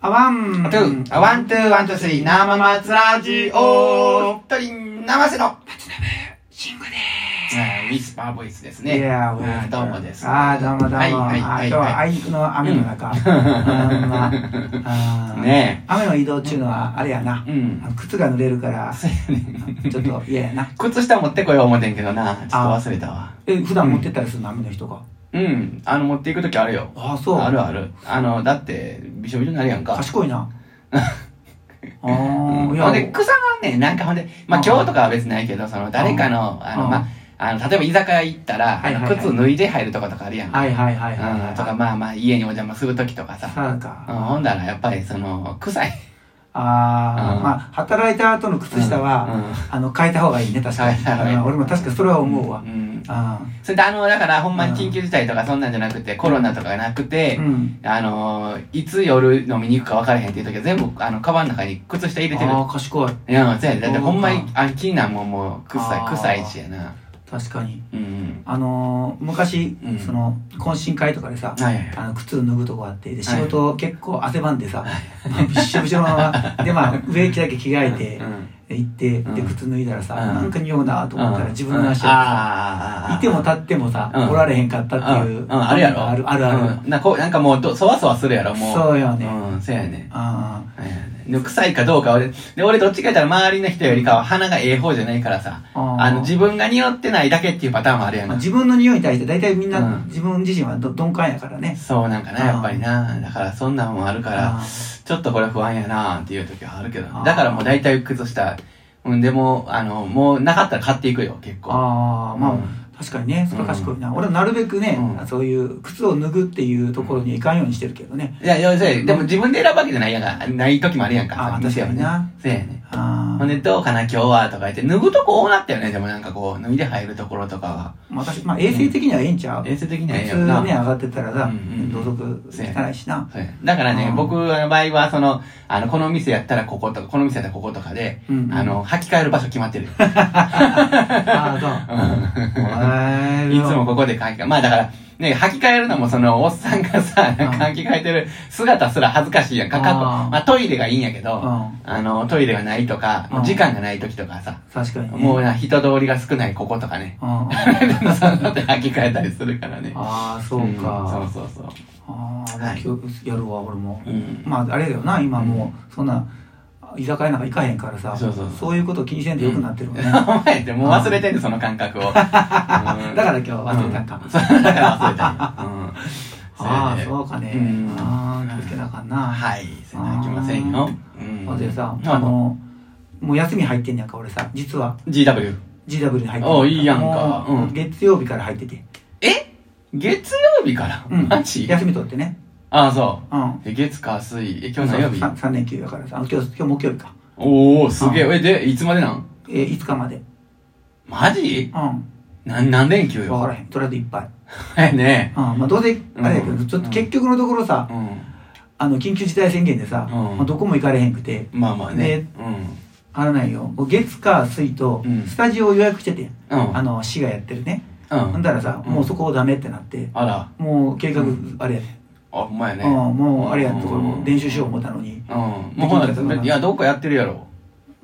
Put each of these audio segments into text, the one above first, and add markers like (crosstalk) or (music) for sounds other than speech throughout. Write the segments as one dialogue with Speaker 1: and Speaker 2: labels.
Speaker 1: あわん。
Speaker 2: トゥー、あワン、トゥー、ワン、トゥー、スリー、生松ラジオ、一人、生瀬の、
Speaker 1: シングで
Speaker 2: えーウィスパーボイスで
Speaker 1: す。
Speaker 2: す
Speaker 1: い
Speaker 2: ね。
Speaker 1: や
Speaker 2: あ
Speaker 1: ー、
Speaker 2: ーどうもです
Speaker 1: ああ、どうもどうも。
Speaker 2: はいはいは
Speaker 1: あー今
Speaker 2: い
Speaker 1: 日はあいにくの雨の中。うんまああー
Speaker 2: ね
Speaker 1: 雨の移動中のは、あれやな。
Speaker 2: うん。 (laughs)
Speaker 1: 靴が濡れるから、
Speaker 2: そうやね
Speaker 1: ちょっと嫌やな。
Speaker 2: 靴下持ってこよう思てんけどな、ちょっと忘れたわ。
Speaker 1: え、普段持ってったりするの雨の人が。
Speaker 2: うん、あの、持っていくときあるよ。
Speaker 1: ああ、そう。
Speaker 2: あるある。あの、だって、びしょびしょになるやんか。
Speaker 1: 賢い
Speaker 2: (laughs)
Speaker 1: な。あ
Speaker 2: うん
Speaker 1: あ、い
Speaker 2: ほんで、
Speaker 1: や。
Speaker 2: 草はね、なんかほんで、まあ
Speaker 1: うん
Speaker 2: 今日とかは別にないけど、その、誰かの、あの、
Speaker 1: うん
Speaker 2: まあ、あの、例えば居酒屋行ったら、あ
Speaker 1: はい
Speaker 2: の
Speaker 1: はいはい
Speaker 2: 靴脱いで入るとかとかあるやんか。
Speaker 1: はいはいはい
Speaker 2: うん
Speaker 1: はいはい。
Speaker 2: とか、まあまあ、家にお邪魔するときとかさ。
Speaker 1: そう
Speaker 2: うん
Speaker 1: か。
Speaker 2: ほんだら、やっぱり、その、臭い。
Speaker 1: あ
Speaker 2: う
Speaker 1: あ、
Speaker 2: ん
Speaker 1: まあ、働いた後の靴下は、
Speaker 2: うんうん
Speaker 1: あの、変えた方がいいね、確かに。
Speaker 2: 変えた方がいい
Speaker 1: うん俺も確かにそれは思うわ。
Speaker 2: うん。
Speaker 1: あ
Speaker 2: それで、あの、だから、ほんまに
Speaker 1: うん
Speaker 2: 緊急事態とかそんなんじゃなくて、コロナとかがなく
Speaker 1: あ。
Speaker 2: て
Speaker 1: う、ん。
Speaker 2: あのー、いつ夜飲みに行くか分からへんっていう時は、全部、あの、カバンの中に靴下入れてる。
Speaker 1: ああ、賢い。
Speaker 2: いや、そうやでだってほんまに
Speaker 1: そう、
Speaker 2: あ、気になんもんもう、臭
Speaker 1: あ
Speaker 2: い、
Speaker 1: ー
Speaker 2: 臭いしやな。
Speaker 1: 確かに。
Speaker 2: うん
Speaker 1: あのー昔、
Speaker 2: うん
Speaker 1: その、懇親会とかでさ
Speaker 2: うん。、はいはいはい。
Speaker 1: あの靴脱ぐとこあって、で仕
Speaker 2: はい
Speaker 1: 事結構汗ばんでさ、まあびっしょびしょのまま、で、ま
Speaker 2: (laughs)
Speaker 1: あ、上着だけ着替えて
Speaker 2: う、ん。
Speaker 1: 行って、
Speaker 2: うん
Speaker 1: で、靴脱いだらさ、
Speaker 2: うん
Speaker 1: なんか匂うなと思ったら自分の足
Speaker 2: うん
Speaker 1: が
Speaker 2: あ
Speaker 1: さ、
Speaker 2: ー
Speaker 1: いても立ってもさ、
Speaker 2: うん
Speaker 1: おられへんかったっていう。
Speaker 2: うん、うんあるやろ
Speaker 1: あるあるある。
Speaker 2: うんなこうなんかもうどそわそわするやろもう
Speaker 1: そうよね
Speaker 2: うんそうやね
Speaker 1: あ
Speaker 2: はいはい (laughs) はいでも臭いかどうか俺で俺どっちか言ったら周りの人よりかは鼻がええ方じゃないからさ
Speaker 1: あ
Speaker 2: あの自分が匂ってないだけっていうパターンもあるやん
Speaker 1: まあ
Speaker 2: か
Speaker 1: 自分の匂いに対して大体みんな、
Speaker 2: うん
Speaker 1: 自分自身はど鈍感やからね。
Speaker 2: そうなんかな
Speaker 1: うん
Speaker 2: やっぱりなだからそんなんもあるから
Speaker 1: あ
Speaker 2: ちょっとこれ不安やなっていう時はあるけどね
Speaker 1: あー
Speaker 2: だからもう大体靴下うんでもあのもうなかったら買っていくよ結構
Speaker 1: あー、まあ、
Speaker 2: うん
Speaker 1: 確かにね、それは賢いな。俺はなるべくね、
Speaker 2: うん
Speaker 1: そういう靴を脱ぐっていうところにはいかんようにしてるけどね。
Speaker 2: いやいやそうやでも自分で選ぶわけじゃないやんかない時もあるやんか
Speaker 1: あー
Speaker 2: 店は
Speaker 1: 確か
Speaker 2: ね
Speaker 1: にな
Speaker 2: そうやね
Speaker 1: あ
Speaker 2: ほ
Speaker 1: あ、
Speaker 2: んで、どうかな、今日は、とか言って、脱ぐとこ多なったよね、でもなんかこう、脱いで入るところとか
Speaker 1: まあ、私、まあ、衛生的にはええんちゃう、
Speaker 2: は。衛生的にはえ
Speaker 1: 普
Speaker 2: え
Speaker 1: 通
Speaker 2: よな。
Speaker 1: ね、上がってったらさ、
Speaker 2: うんうん
Speaker 1: 土足汚いし
Speaker 2: (laughs)
Speaker 1: な。
Speaker 2: そうやだからね
Speaker 1: う、ん
Speaker 2: 僕の場合は、その、あの、この店やったらこことか、この店やったらこことかで、
Speaker 1: うんうん
Speaker 2: あ、の、履き替える場所決まってる。い
Speaker 1: ああ、そう。へー
Speaker 2: つも。ここで履き替え、まあだから、ね、履き替えるのもその、おっさんがさ、なんか履き替えてる姿すら恥ずかしいやんか。かっこ
Speaker 1: あー
Speaker 2: まあトイレがいいんやけ
Speaker 1: う
Speaker 2: ど、
Speaker 1: ん、
Speaker 2: あの、トイレがないとか、もう時間がない時とかさ、
Speaker 1: 確かにね。
Speaker 2: もう
Speaker 1: うん、
Speaker 2: な、人通りが少ないこことかね。 (laughs)
Speaker 1: あ
Speaker 2: そんなって履き替えたりするからね。
Speaker 1: あ、そうか。
Speaker 2: んそうそうそう。
Speaker 1: ああ、
Speaker 2: はい
Speaker 1: 今日やるわ、俺も。
Speaker 2: うん。
Speaker 1: まああれだよな今もうそんな居酒屋なんか行かへんからさ
Speaker 2: そうそうそう
Speaker 1: いうこと気にせんでよくなって
Speaker 2: (laughs)
Speaker 1: るもんね、だか
Speaker 2: お前ってもう忘れてんねんその感覚を。
Speaker 1: (laughs)
Speaker 2: だから
Speaker 1: 今日は (laughs) 忘れたんか、
Speaker 2: そう、だから忘れたんや。うん。
Speaker 1: ああ
Speaker 2: それで
Speaker 1: そうかね、
Speaker 2: うん
Speaker 1: ああ気をつけなあかんな、
Speaker 2: はい、せなあきませんよ。うん。
Speaker 1: ほんでさ、
Speaker 2: あ
Speaker 1: あ
Speaker 2: の、
Speaker 1: のもう休み入ってんねやんか俺さ実は
Speaker 2: GW。
Speaker 1: GW に入ってんね
Speaker 2: おういいやんか
Speaker 1: もう
Speaker 2: うん
Speaker 1: 月曜日から入ってて、
Speaker 2: え月曜日から
Speaker 1: うん
Speaker 2: マジ
Speaker 1: 休み取ってね
Speaker 2: ああ、そ
Speaker 1: うん
Speaker 2: う。え月、火、水。え、今日何曜日
Speaker 1: 3, 連休だからさあの今日今日木曜日か、
Speaker 2: おー、すげ
Speaker 1: う
Speaker 2: え。え、で、いつまでなん
Speaker 1: えー、5日まで
Speaker 2: マジ
Speaker 1: うん
Speaker 2: なん、何連休
Speaker 1: 分か
Speaker 2: よ。
Speaker 1: らへんとりあえずいっぱい、
Speaker 2: え、ね
Speaker 1: うんまあ、どうせあれやけど、
Speaker 2: うん
Speaker 1: ちょっと結局のところさ
Speaker 2: え。うん。
Speaker 1: あの緊急事態宣言でさ、
Speaker 2: うん
Speaker 1: まあ、どこも行かれへんくて
Speaker 2: まあまあね
Speaker 1: ね。
Speaker 2: うん。
Speaker 1: あらないよ月火水と
Speaker 2: うん
Speaker 1: スタジオを予約してて、
Speaker 2: うん。
Speaker 1: あの市がやってるね、
Speaker 2: うん
Speaker 1: ほんだらさ、
Speaker 2: うん
Speaker 1: もうそこをダメってなって
Speaker 2: あら、
Speaker 1: もう計画あれやで、
Speaker 2: あ、ほんまやね。
Speaker 1: うんもうあれやんとこれ
Speaker 2: うん
Speaker 1: 練習しよう思ったのに
Speaker 2: うん。もうほ、
Speaker 1: できんかったのから
Speaker 2: いや、どっかやってるやろ。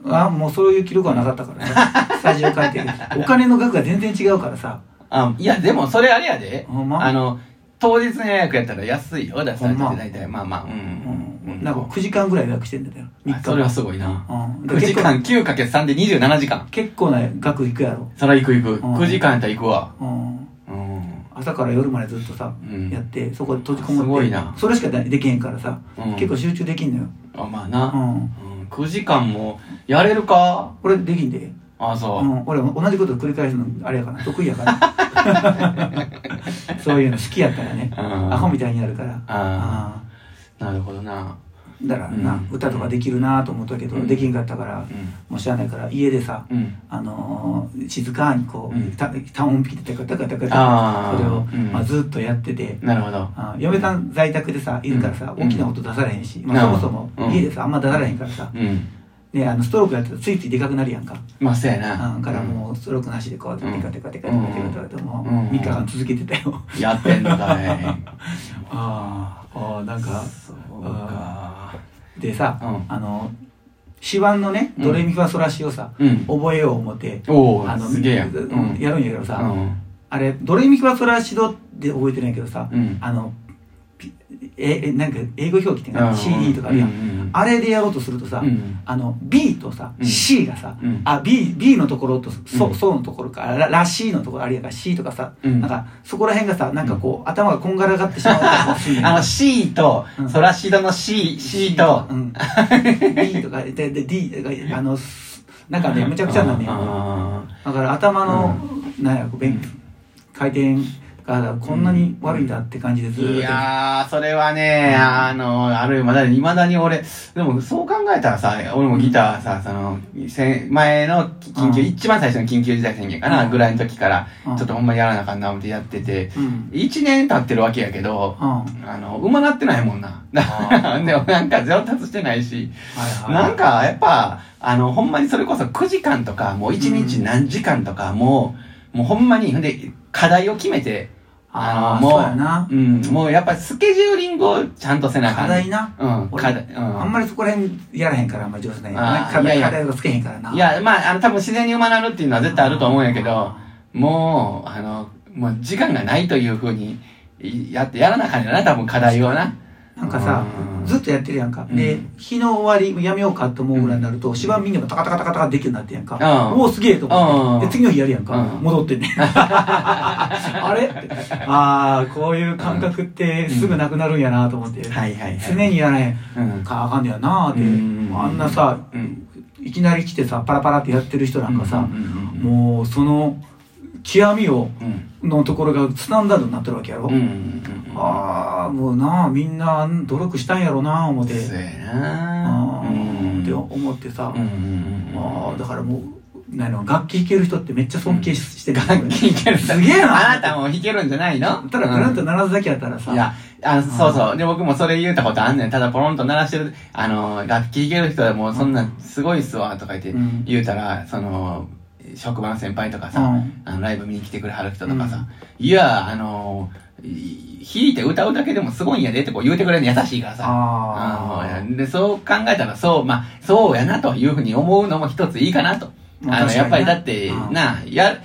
Speaker 1: あもうそういう記録はなかった
Speaker 2: (laughs)
Speaker 1: からさスタジオ帰ってお金の額が全然違うからさ
Speaker 2: (laughs) あ、いや、でもそれあれやで。
Speaker 1: ほんま
Speaker 2: あの、当日の予約やったら安いよ。だか
Speaker 1: ほ
Speaker 2: ら
Speaker 1: んま
Speaker 2: だいたいまあまあ、うん
Speaker 1: う
Speaker 2: うんん。
Speaker 1: なんか9時間ぐらい予約してんだよ3
Speaker 2: あ
Speaker 1: 日
Speaker 2: それはすごいな。
Speaker 1: うんで
Speaker 2: 9時間 9×3 で27時間。
Speaker 1: 結構結構な額いくやろ、
Speaker 2: そら行く行く。
Speaker 1: うん
Speaker 2: 9時間やったら行くわ。
Speaker 1: うん、
Speaker 2: うん。
Speaker 1: 朝から夜までずっとさ、
Speaker 2: うん
Speaker 1: やってそこで閉じこもって
Speaker 2: すごいな
Speaker 1: それしかできへんからさ、
Speaker 2: うん
Speaker 1: 結構集中できんのよ、
Speaker 2: あ、まあ
Speaker 1: う
Speaker 2: な。
Speaker 1: ん、
Speaker 2: うん。9時間も、やれるか
Speaker 1: 俺できんで、
Speaker 2: あ、そうう。
Speaker 1: ん、俺同じこと繰り返すのあれやから得意やから
Speaker 2: (laughs)
Speaker 1: そういうの好きやからね、
Speaker 2: うん
Speaker 1: アホみたいになるから
Speaker 2: あ
Speaker 1: あ
Speaker 2: あ、なるほどな。
Speaker 1: ーだからな、
Speaker 2: うん
Speaker 1: 歌とかできるなと思ったけど、
Speaker 2: うん
Speaker 1: できんかったから、
Speaker 2: うん。
Speaker 1: もうしゃあないから家でさ、
Speaker 2: うん。
Speaker 1: あのー静かにこう、
Speaker 2: うん
Speaker 1: た単音弾きでタカタカタカタカ
Speaker 2: あー
Speaker 1: それを、
Speaker 2: うん
Speaker 1: まあ、ずっとやってて、
Speaker 2: なるほど。
Speaker 1: あ嫁さん在宅でさいるからさ、
Speaker 2: うん
Speaker 1: 大きな音出されへんし、ま
Speaker 2: な
Speaker 1: あ、
Speaker 2: るほ
Speaker 1: そ
Speaker 2: ど
Speaker 1: もそうも
Speaker 2: ん
Speaker 1: 家でさあんま出されへんからさ、
Speaker 2: うん。
Speaker 1: ね、あのストロークやってたらついついでかくなるやんか、
Speaker 2: まあ、そうや
Speaker 1: だ
Speaker 2: な。
Speaker 1: からもうストロークなしでこうやって
Speaker 2: うん
Speaker 1: テカテカテカテカテカテカってもう
Speaker 2: うん
Speaker 1: 3日間続けてたよ
Speaker 2: うん。やってんのかい。
Speaker 1: あーあーなんか
Speaker 2: そうか。
Speaker 1: ってさ、
Speaker 2: うん
Speaker 1: あの指板のねドレミファソラシをさ、
Speaker 2: うん。
Speaker 1: 覚えよう思って
Speaker 2: おお
Speaker 1: あの
Speaker 2: すげえやん。
Speaker 1: うんやるんやけどさ、
Speaker 2: うん。
Speaker 1: あれドレミファソラシドって覚えてるんやけどさ、
Speaker 2: うん
Speaker 1: あのピええなんか英語表記っていうか
Speaker 2: う
Speaker 1: な、
Speaker 2: ん
Speaker 1: CD とかあるやん、
Speaker 2: うんうん
Speaker 1: あれでやろうとするとさ、
Speaker 2: うん
Speaker 1: あの B とさ、
Speaker 2: うん
Speaker 1: C がさ、
Speaker 2: うん
Speaker 1: あ B, B のところとそ,、
Speaker 2: う
Speaker 1: うんそうのところからららしいのところあるやんか C とかさ、
Speaker 2: うん
Speaker 1: なんかそこら辺がさなんかこう、頭がこんがらがってしまうかもしれない
Speaker 2: あの C と
Speaker 1: う、ん
Speaker 2: ソラシドの C、C と、
Speaker 1: うん、B とかでで D とかあのすなんかねむちゃくちゃなね
Speaker 2: あ
Speaker 1: だから頭の、なんや勉回転がこんなに悪いんだって感じでず
Speaker 2: ーい
Speaker 1: ーっ
Speaker 2: やー、それはね、
Speaker 1: うん
Speaker 2: あの、あるまだ、いまだに俺、でもそう考えたらさ、俺もギターさ、その、せん前の緊急、
Speaker 1: うん
Speaker 2: 一番最初の緊急事態宣言かな、
Speaker 1: うん
Speaker 2: ぐらいの時から、ち
Speaker 1: うん
Speaker 2: ょっとほんまにやらなあかんな思ってやってて、
Speaker 1: と。うん
Speaker 2: 一年経ってるわけやけど、
Speaker 1: うんは
Speaker 2: あの、馬なってないもんな。 (laughs) でもなんか上達してないし、
Speaker 1: いはい
Speaker 2: なんかやっぱ、あの、ほんまにそれこそ9時間とか、もう1日何時間とか、もう、もうほんまに、ほんで、課題を決めて、
Speaker 1: あ
Speaker 2: あ
Speaker 1: あ
Speaker 2: の、
Speaker 1: そうや
Speaker 2: も
Speaker 1: な
Speaker 2: う、うん、もうやっぱスケジューリングをちゃんとせなあかん。
Speaker 1: 課題な
Speaker 2: うん、
Speaker 1: 俺
Speaker 2: 課題、うん。
Speaker 1: あんまりそこら辺やらへんからあんまり上手なんや
Speaker 2: あー
Speaker 1: な課
Speaker 2: いやい
Speaker 1: 題
Speaker 2: や
Speaker 1: 課題とかつけへんからない
Speaker 2: や、まあ、あの、多分自然に馬なるっていうのは絶対あると思うんやけど、もう、あの、もう時間がないというふうに、いやってやらなあかんやな、多分課題をな。
Speaker 1: なんかさ
Speaker 2: うん
Speaker 1: ずっとやってるやんか、
Speaker 2: うん
Speaker 1: で日の終わりやめようかと思うぐらいになると芝見んながタカタカタカタカできるようになってやんか、
Speaker 2: うん
Speaker 1: おおすげえと思って、で
Speaker 2: うん
Speaker 1: 次の日やるやんか、
Speaker 2: うん
Speaker 1: 戻ってねあれああこういう感覚ってすぐなくなるんやなと思って、
Speaker 2: はいはいはい。
Speaker 1: 常にやらへん
Speaker 2: うん。
Speaker 1: かあかんねやなーって、
Speaker 2: うん
Speaker 1: あんなさ
Speaker 2: うん。
Speaker 1: いきなり来てさパラパラってやってる人なんかさ、
Speaker 2: うんうんうん
Speaker 1: もうその極みを
Speaker 2: うん。
Speaker 1: のところがスタンダードになってるわけやろ、
Speaker 2: うんうんうんうん。
Speaker 1: ああもうなあみんな努力したんやろなあ思って
Speaker 2: そうやな
Speaker 1: あ
Speaker 2: う
Speaker 1: ー
Speaker 2: ん
Speaker 1: って思ってさ、
Speaker 2: うんうんうん
Speaker 1: あーだからもうなんやろ楽器弾ける人ってめっちゃ尊敬ししてる
Speaker 2: 楽器弾ける
Speaker 1: すげえな
Speaker 2: あなたも弾けるんじゃないの
Speaker 1: ただグランと鳴らすだけやったらさ、
Speaker 2: いや、あ、そうそう。で、僕もそれ言うたことあんねん。ただポロンと鳴らしてる、あの、楽器弾ける人はもうそんなんすごいっすわ、とか言って
Speaker 1: うん
Speaker 2: 言うたら、その、職場の先輩とかさ、
Speaker 1: うん
Speaker 2: あのライブ見に来てくれはる人とかさ、いや、あの、い弾いて歌うだけでもすごいんやでってこう言うてくれるの優しいからさ。
Speaker 1: あ
Speaker 2: うんでそう考えたらそうまあそうやなというふうに思うのも一ついいかなと、
Speaker 1: まあ
Speaker 2: あの
Speaker 1: 確かにね
Speaker 2: やっぱりだって、
Speaker 1: うん
Speaker 2: なや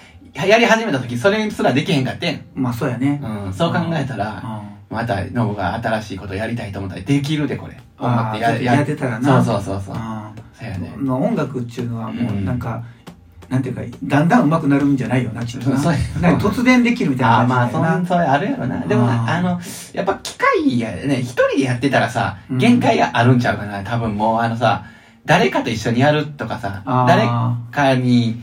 Speaker 2: やり始めた時それすらできへんかってん、
Speaker 1: まあそうやね、
Speaker 2: うん、そう考えた
Speaker 1: うん
Speaker 2: ら、またノブが新しいことやりたいと思ったらできるでこれ思
Speaker 1: あー
Speaker 2: ってや
Speaker 1: ややってたらな
Speaker 2: そうそうそうそう
Speaker 1: あ
Speaker 2: そうやね
Speaker 1: ーの音楽っていうのはもううんなんか、なんていうかだんだん上手くなるんじゃないよなきっとな
Speaker 2: (laughs) そう
Speaker 1: なんか突然できるみたい
Speaker 2: ああ
Speaker 1: な
Speaker 2: ま
Speaker 1: 感
Speaker 2: あ
Speaker 1: じ
Speaker 2: そ
Speaker 1: だよな、
Speaker 2: んそれあるやろなでも
Speaker 1: あ
Speaker 2: な
Speaker 1: ー
Speaker 2: あのやっぱ機械やね一人でやってたらさ
Speaker 1: うん
Speaker 2: 限界があるんちゃうかな多分もうあのさ誰かと一緒にやるとかさ
Speaker 1: あー
Speaker 2: 誰かに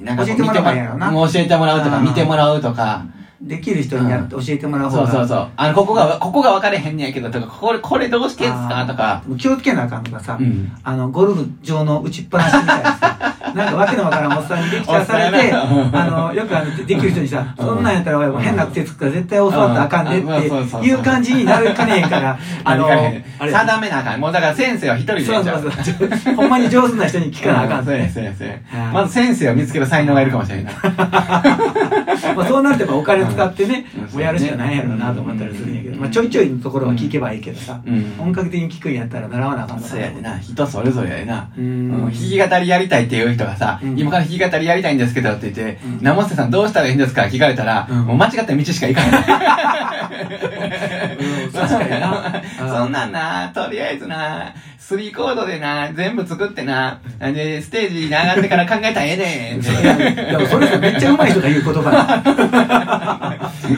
Speaker 2: なんかこう
Speaker 1: 教えてもらえばいいやろな
Speaker 2: もう教えてもらうとか
Speaker 1: あー
Speaker 2: 見てもらうとか
Speaker 1: できる人にやって教えてもらう方
Speaker 2: そ
Speaker 1: が
Speaker 2: うそうそうあのここがここが分かれへんねやけどとかこれこれどうしてんすかとか
Speaker 1: でも気をつけなあかんのがさ、
Speaker 2: うん
Speaker 1: あのゴルフ場の打ちっぱなしみたいなさ (laughs) なんかわけのわからんおっさんにできちゃされ
Speaker 2: (laughs)
Speaker 1: て
Speaker 2: おっさんやな
Speaker 1: あのよくあのできる人にさ「
Speaker 2: うん
Speaker 1: そんなんやったら俺も変な癖つくから絶対教わったらあかんで」
Speaker 2: うんうんそうそう
Speaker 1: っ
Speaker 2: そう
Speaker 1: ていう感じになるかねえから
Speaker 2: (laughs)
Speaker 1: あの
Speaker 2: 何かね
Speaker 1: あれ
Speaker 2: 定めなあかんもうだから先生は一人で
Speaker 1: そ
Speaker 2: やっ
Speaker 1: う
Speaker 2: ちゃう
Speaker 1: そうそう (laughs) ほんまに上手な人に聞かなあかん
Speaker 2: そうや
Speaker 1: ね
Speaker 2: そうやそうや
Speaker 1: うん
Speaker 2: まず先生を見つける才能がいるかもしれない
Speaker 1: まあそうなるとやっぱお金使ってね
Speaker 2: (laughs) うん
Speaker 1: もうやるしかないやろうなと思ったりするんやけ
Speaker 2: う
Speaker 1: ど
Speaker 2: ん
Speaker 1: まあちょいちょいのところは聞けばいいけどさ
Speaker 2: うん
Speaker 1: 本格的に聞くんやったら習わなあかんのか
Speaker 2: そう
Speaker 1: な
Speaker 2: やでな、人それぞれやでな。
Speaker 1: う
Speaker 2: うんん弾き語りやりたいっていう人がさ、
Speaker 1: うん
Speaker 2: 今から弾き語りやりたいんですけどって言って、
Speaker 1: うん
Speaker 2: 生瀬さんどうしたらいいんですか聞かれたら、
Speaker 1: うん
Speaker 2: もう間違った道しか行かない。
Speaker 1: うん確かにな
Speaker 2: (laughs) そんなんな、とりあえずな、スリーコードでな、全部作ってな、で、ステージに上がってから考えたらええねん。
Speaker 1: でもそれぞれめっちゃうまい人が言う言葉だス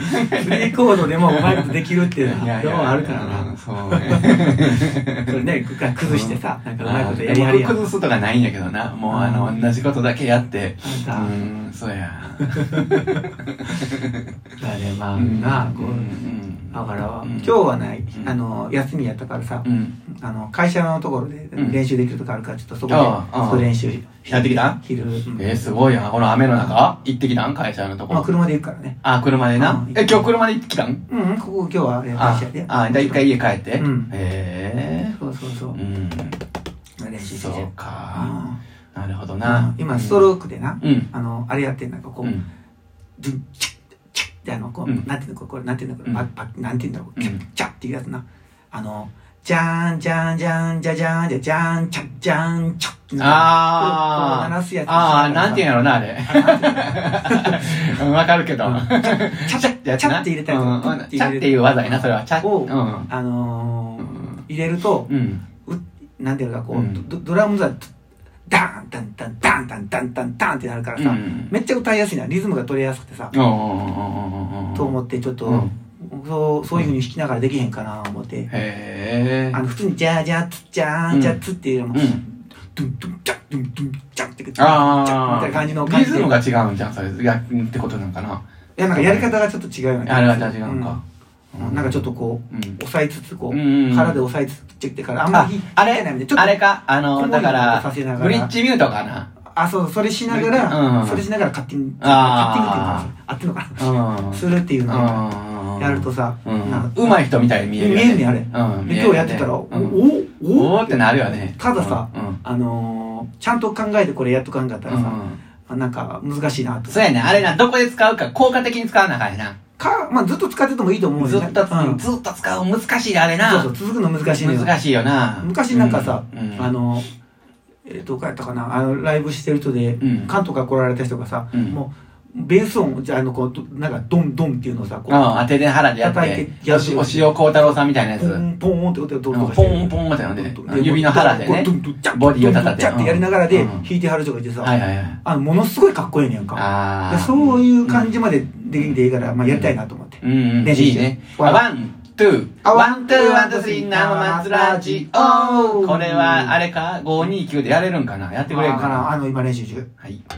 Speaker 1: リーコードでもうまいことできるっていうのはようあるからな。
Speaker 2: そうね。
Speaker 1: それねくか崩してさなんかうまいことやり
Speaker 2: あ
Speaker 1: は
Speaker 2: ー
Speaker 1: り
Speaker 2: 僕
Speaker 1: やん
Speaker 2: 崩すとかないんやけどな。もうあ
Speaker 1: あ
Speaker 2: の、
Speaker 1: ー
Speaker 2: 同じことだけやって。う
Speaker 1: あんた
Speaker 2: ーん、そうや。
Speaker 1: だねまあ
Speaker 2: うん
Speaker 1: なあこ
Speaker 2: う
Speaker 1: うんだから
Speaker 2: うん
Speaker 1: 今日はない
Speaker 2: うん
Speaker 1: あの休みやったからさ
Speaker 2: うん
Speaker 1: あの会社のところで
Speaker 2: うん
Speaker 1: 練習できるとかあるからちょっとそこで
Speaker 2: ああああ
Speaker 1: そこで練習
Speaker 2: やってきた
Speaker 1: 昼うん
Speaker 2: えー、すごいな。この雨の中行ってきたん会社のとこ。
Speaker 1: まあ車で行くからね
Speaker 2: あ、車で
Speaker 1: う。
Speaker 2: なんえ、今日車で行ってきたん
Speaker 1: うんうんここ今日はあれ
Speaker 2: あ
Speaker 1: 会社で、
Speaker 2: あ、じゃあ一回家帰って。
Speaker 1: うん
Speaker 2: へ
Speaker 1: そうそうそう
Speaker 2: え。うん。
Speaker 1: 練習して
Speaker 2: そ
Speaker 1: きて
Speaker 2: うか。
Speaker 1: う
Speaker 2: なるほど
Speaker 1: ん
Speaker 2: な。
Speaker 1: 今ストロークでな
Speaker 2: うん。
Speaker 1: あのあれやってんなんかこ
Speaker 2: う。
Speaker 1: うんドゥンチャッチャッってあのこう、
Speaker 2: うん
Speaker 1: なんていうのこれこれなんていうのこれ、
Speaker 2: うん
Speaker 1: パッパッなんていうんだろう
Speaker 2: うん
Speaker 1: チャッチャッっていうやつなあのじゃんじゃんじゃんじゃじゃんじゃじゃんちゃんじゃんちょってなんかこうこ
Speaker 2: あ
Speaker 1: う
Speaker 2: あ。
Speaker 1: 鳴らすやつ
Speaker 2: ああ、なんていうんやろな、あれ。
Speaker 1: (laughs)
Speaker 2: うんわかるけど。
Speaker 1: ちゃちゃ
Speaker 2: やつ
Speaker 1: ち
Speaker 2: な
Speaker 1: ゃって入れたりと
Speaker 2: うん
Speaker 1: か
Speaker 2: うんちゃっていう技やな、それは。ちゃ
Speaker 1: を
Speaker 2: うん。
Speaker 1: あのー
Speaker 2: うん
Speaker 1: 入れると
Speaker 2: うん。
Speaker 1: なんていうのかこう、
Speaker 2: うん
Speaker 1: ドドラムだとダーンダンダンダンダンダンダンダンってなるからさ、
Speaker 2: うん
Speaker 1: めっちゃ歌いやすいなリズムが取れやすくてさ、
Speaker 2: おー
Speaker 1: と
Speaker 2: おーおーおーおー
Speaker 1: 思ってちょっと、
Speaker 2: うん
Speaker 1: そうそういうふうに弾きながらできへんかな思って、
Speaker 2: へえ
Speaker 1: あ。の普通にジャージャーツッジャーンジャーツっていうよりも、
Speaker 2: うん。
Speaker 1: ドゥンドゥンチャッドゥンドゥンチャッってチャッチャッみ
Speaker 2: あ
Speaker 1: たいな感じの
Speaker 2: あ。
Speaker 1: 感
Speaker 2: リ
Speaker 1: じ
Speaker 2: ズ
Speaker 1: で
Speaker 2: ムが違うんじゃん、それ。や、ってことなんかな。
Speaker 1: いやなんかやり方がちょっと違うよね
Speaker 2: あれはじゃあ違うのか。
Speaker 1: うんなんかちょっとこう
Speaker 2: うん。
Speaker 1: 押さえつつこう、
Speaker 2: うんうんうん
Speaker 1: 腹で押さえつつチェックからあんま
Speaker 2: あ
Speaker 1: り、
Speaker 2: あ
Speaker 1: 弾けないんで
Speaker 2: れ
Speaker 1: ちょっ、と
Speaker 2: あれか、あ
Speaker 1: こ
Speaker 2: の、
Speaker 1: ういう
Speaker 2: だから
Speaker 1: させな、がら
Speaker 2: ブリッジミュートかな。
Speaker 1: あそうそれしながら、
Speaker 2: うん
Speaker 1: それしながらカッティング
Speaker 2: あ
Speaker 1: カッティングっていうのかな合ってんのか
Speaker 2: うん。
Speaker 1: な、
Speaker 2: うん
Speaker 1: するっていうのをやるとさ、なんか
Speaker 2: うん。うまい人みたいに見えるよ。
Speaker 1: 見えるねあれ
Speaker 2: うん。
Speaker 1: で
Speaker 2: 見え
Speaker 1: 今日
Speaker 2: るね
Speaker 1: やってたら、
Speaker 2: うん
Speaker 1: おお
Speaker 2: おーってなるよね。
Speaker 1: たださ
Speaker 2: うん。うん
Speaker 1: あのー、ちゃんと考えてこれやっとかんかったら
Speaker 2: う
Speaker 1: さ、
Speaker 2: ん
Speaker 1: あなんか難しいなと
Speaker 2: そうやね。あれな、どこで使うか効果的に使わなあかんやな。
Speaker 1: か、まあ、ずっと使っててもいいと思う
Speaker 2: ず
Speaker 1: よね
Speaker 2: っとつ、
Speaker 1: うん
Speaker 2: ずっと使う。難しいであれな。
Speaker 1: そうそう続くの難しいのよ
Speaker 2: 難しいよな。
Speaker 1: 昔なんかさ、
Speaker 2: うんうん
Speaker 1: あのえーどうかやったかなあのライブしてる人で、
Speaker 2: うん
Speaker 1: 関東から来られた人がさ、
Speaker 2: うん
Speaker 1: もうベース音じゃああのこうどなんかドンドンっていうのをさこう、
Speaker 2: うん、当てで腹でやっ
Speaker 1: 叩い
Speaker 2: て、
Speaker 1: てや
Speaker 2: お
Speaker 1: る
Speaker 2: しお塩幸太郎さんみたいなや
Speaker 1: ポ
Speaker 2: つ。
Speaker 1: ンポンって音でドンドン
Speaker 2: ポンポンみたいなね指の腹でねボディ
Speaker 1: ド
Speaker 2: を叩いて
Speaker 1: ンドンジャッってやりながらで
Speaker 2: うん
Speaker 1: 弾いてはる人がいてさ、
Speaker 2: はいはいはい。
Speaker 1: あのものすごいかっこいいねんか
Speaker 2: あ
Speaker 1: で
Speaker 2: あ。
Speaker 1: そういう感じまでできんでいいから、まあ、やりたいなと思って、
Speaker 2: うんうん、
Speaker 1: 練習
Speaker 2: いい
Speaker 1: して
Speaker 2: ね。ワン、ツー、
Speaker 1: あ
Speaker 2: ワン、ツー、ワン、ツー、スリー、生松ラジオこれは、あれか ?529 でやれるんかなやってくれる
Speaker 1: あ
Speaker 2: かな
Speaker 1: あの今練習中
Speaker 2: はい。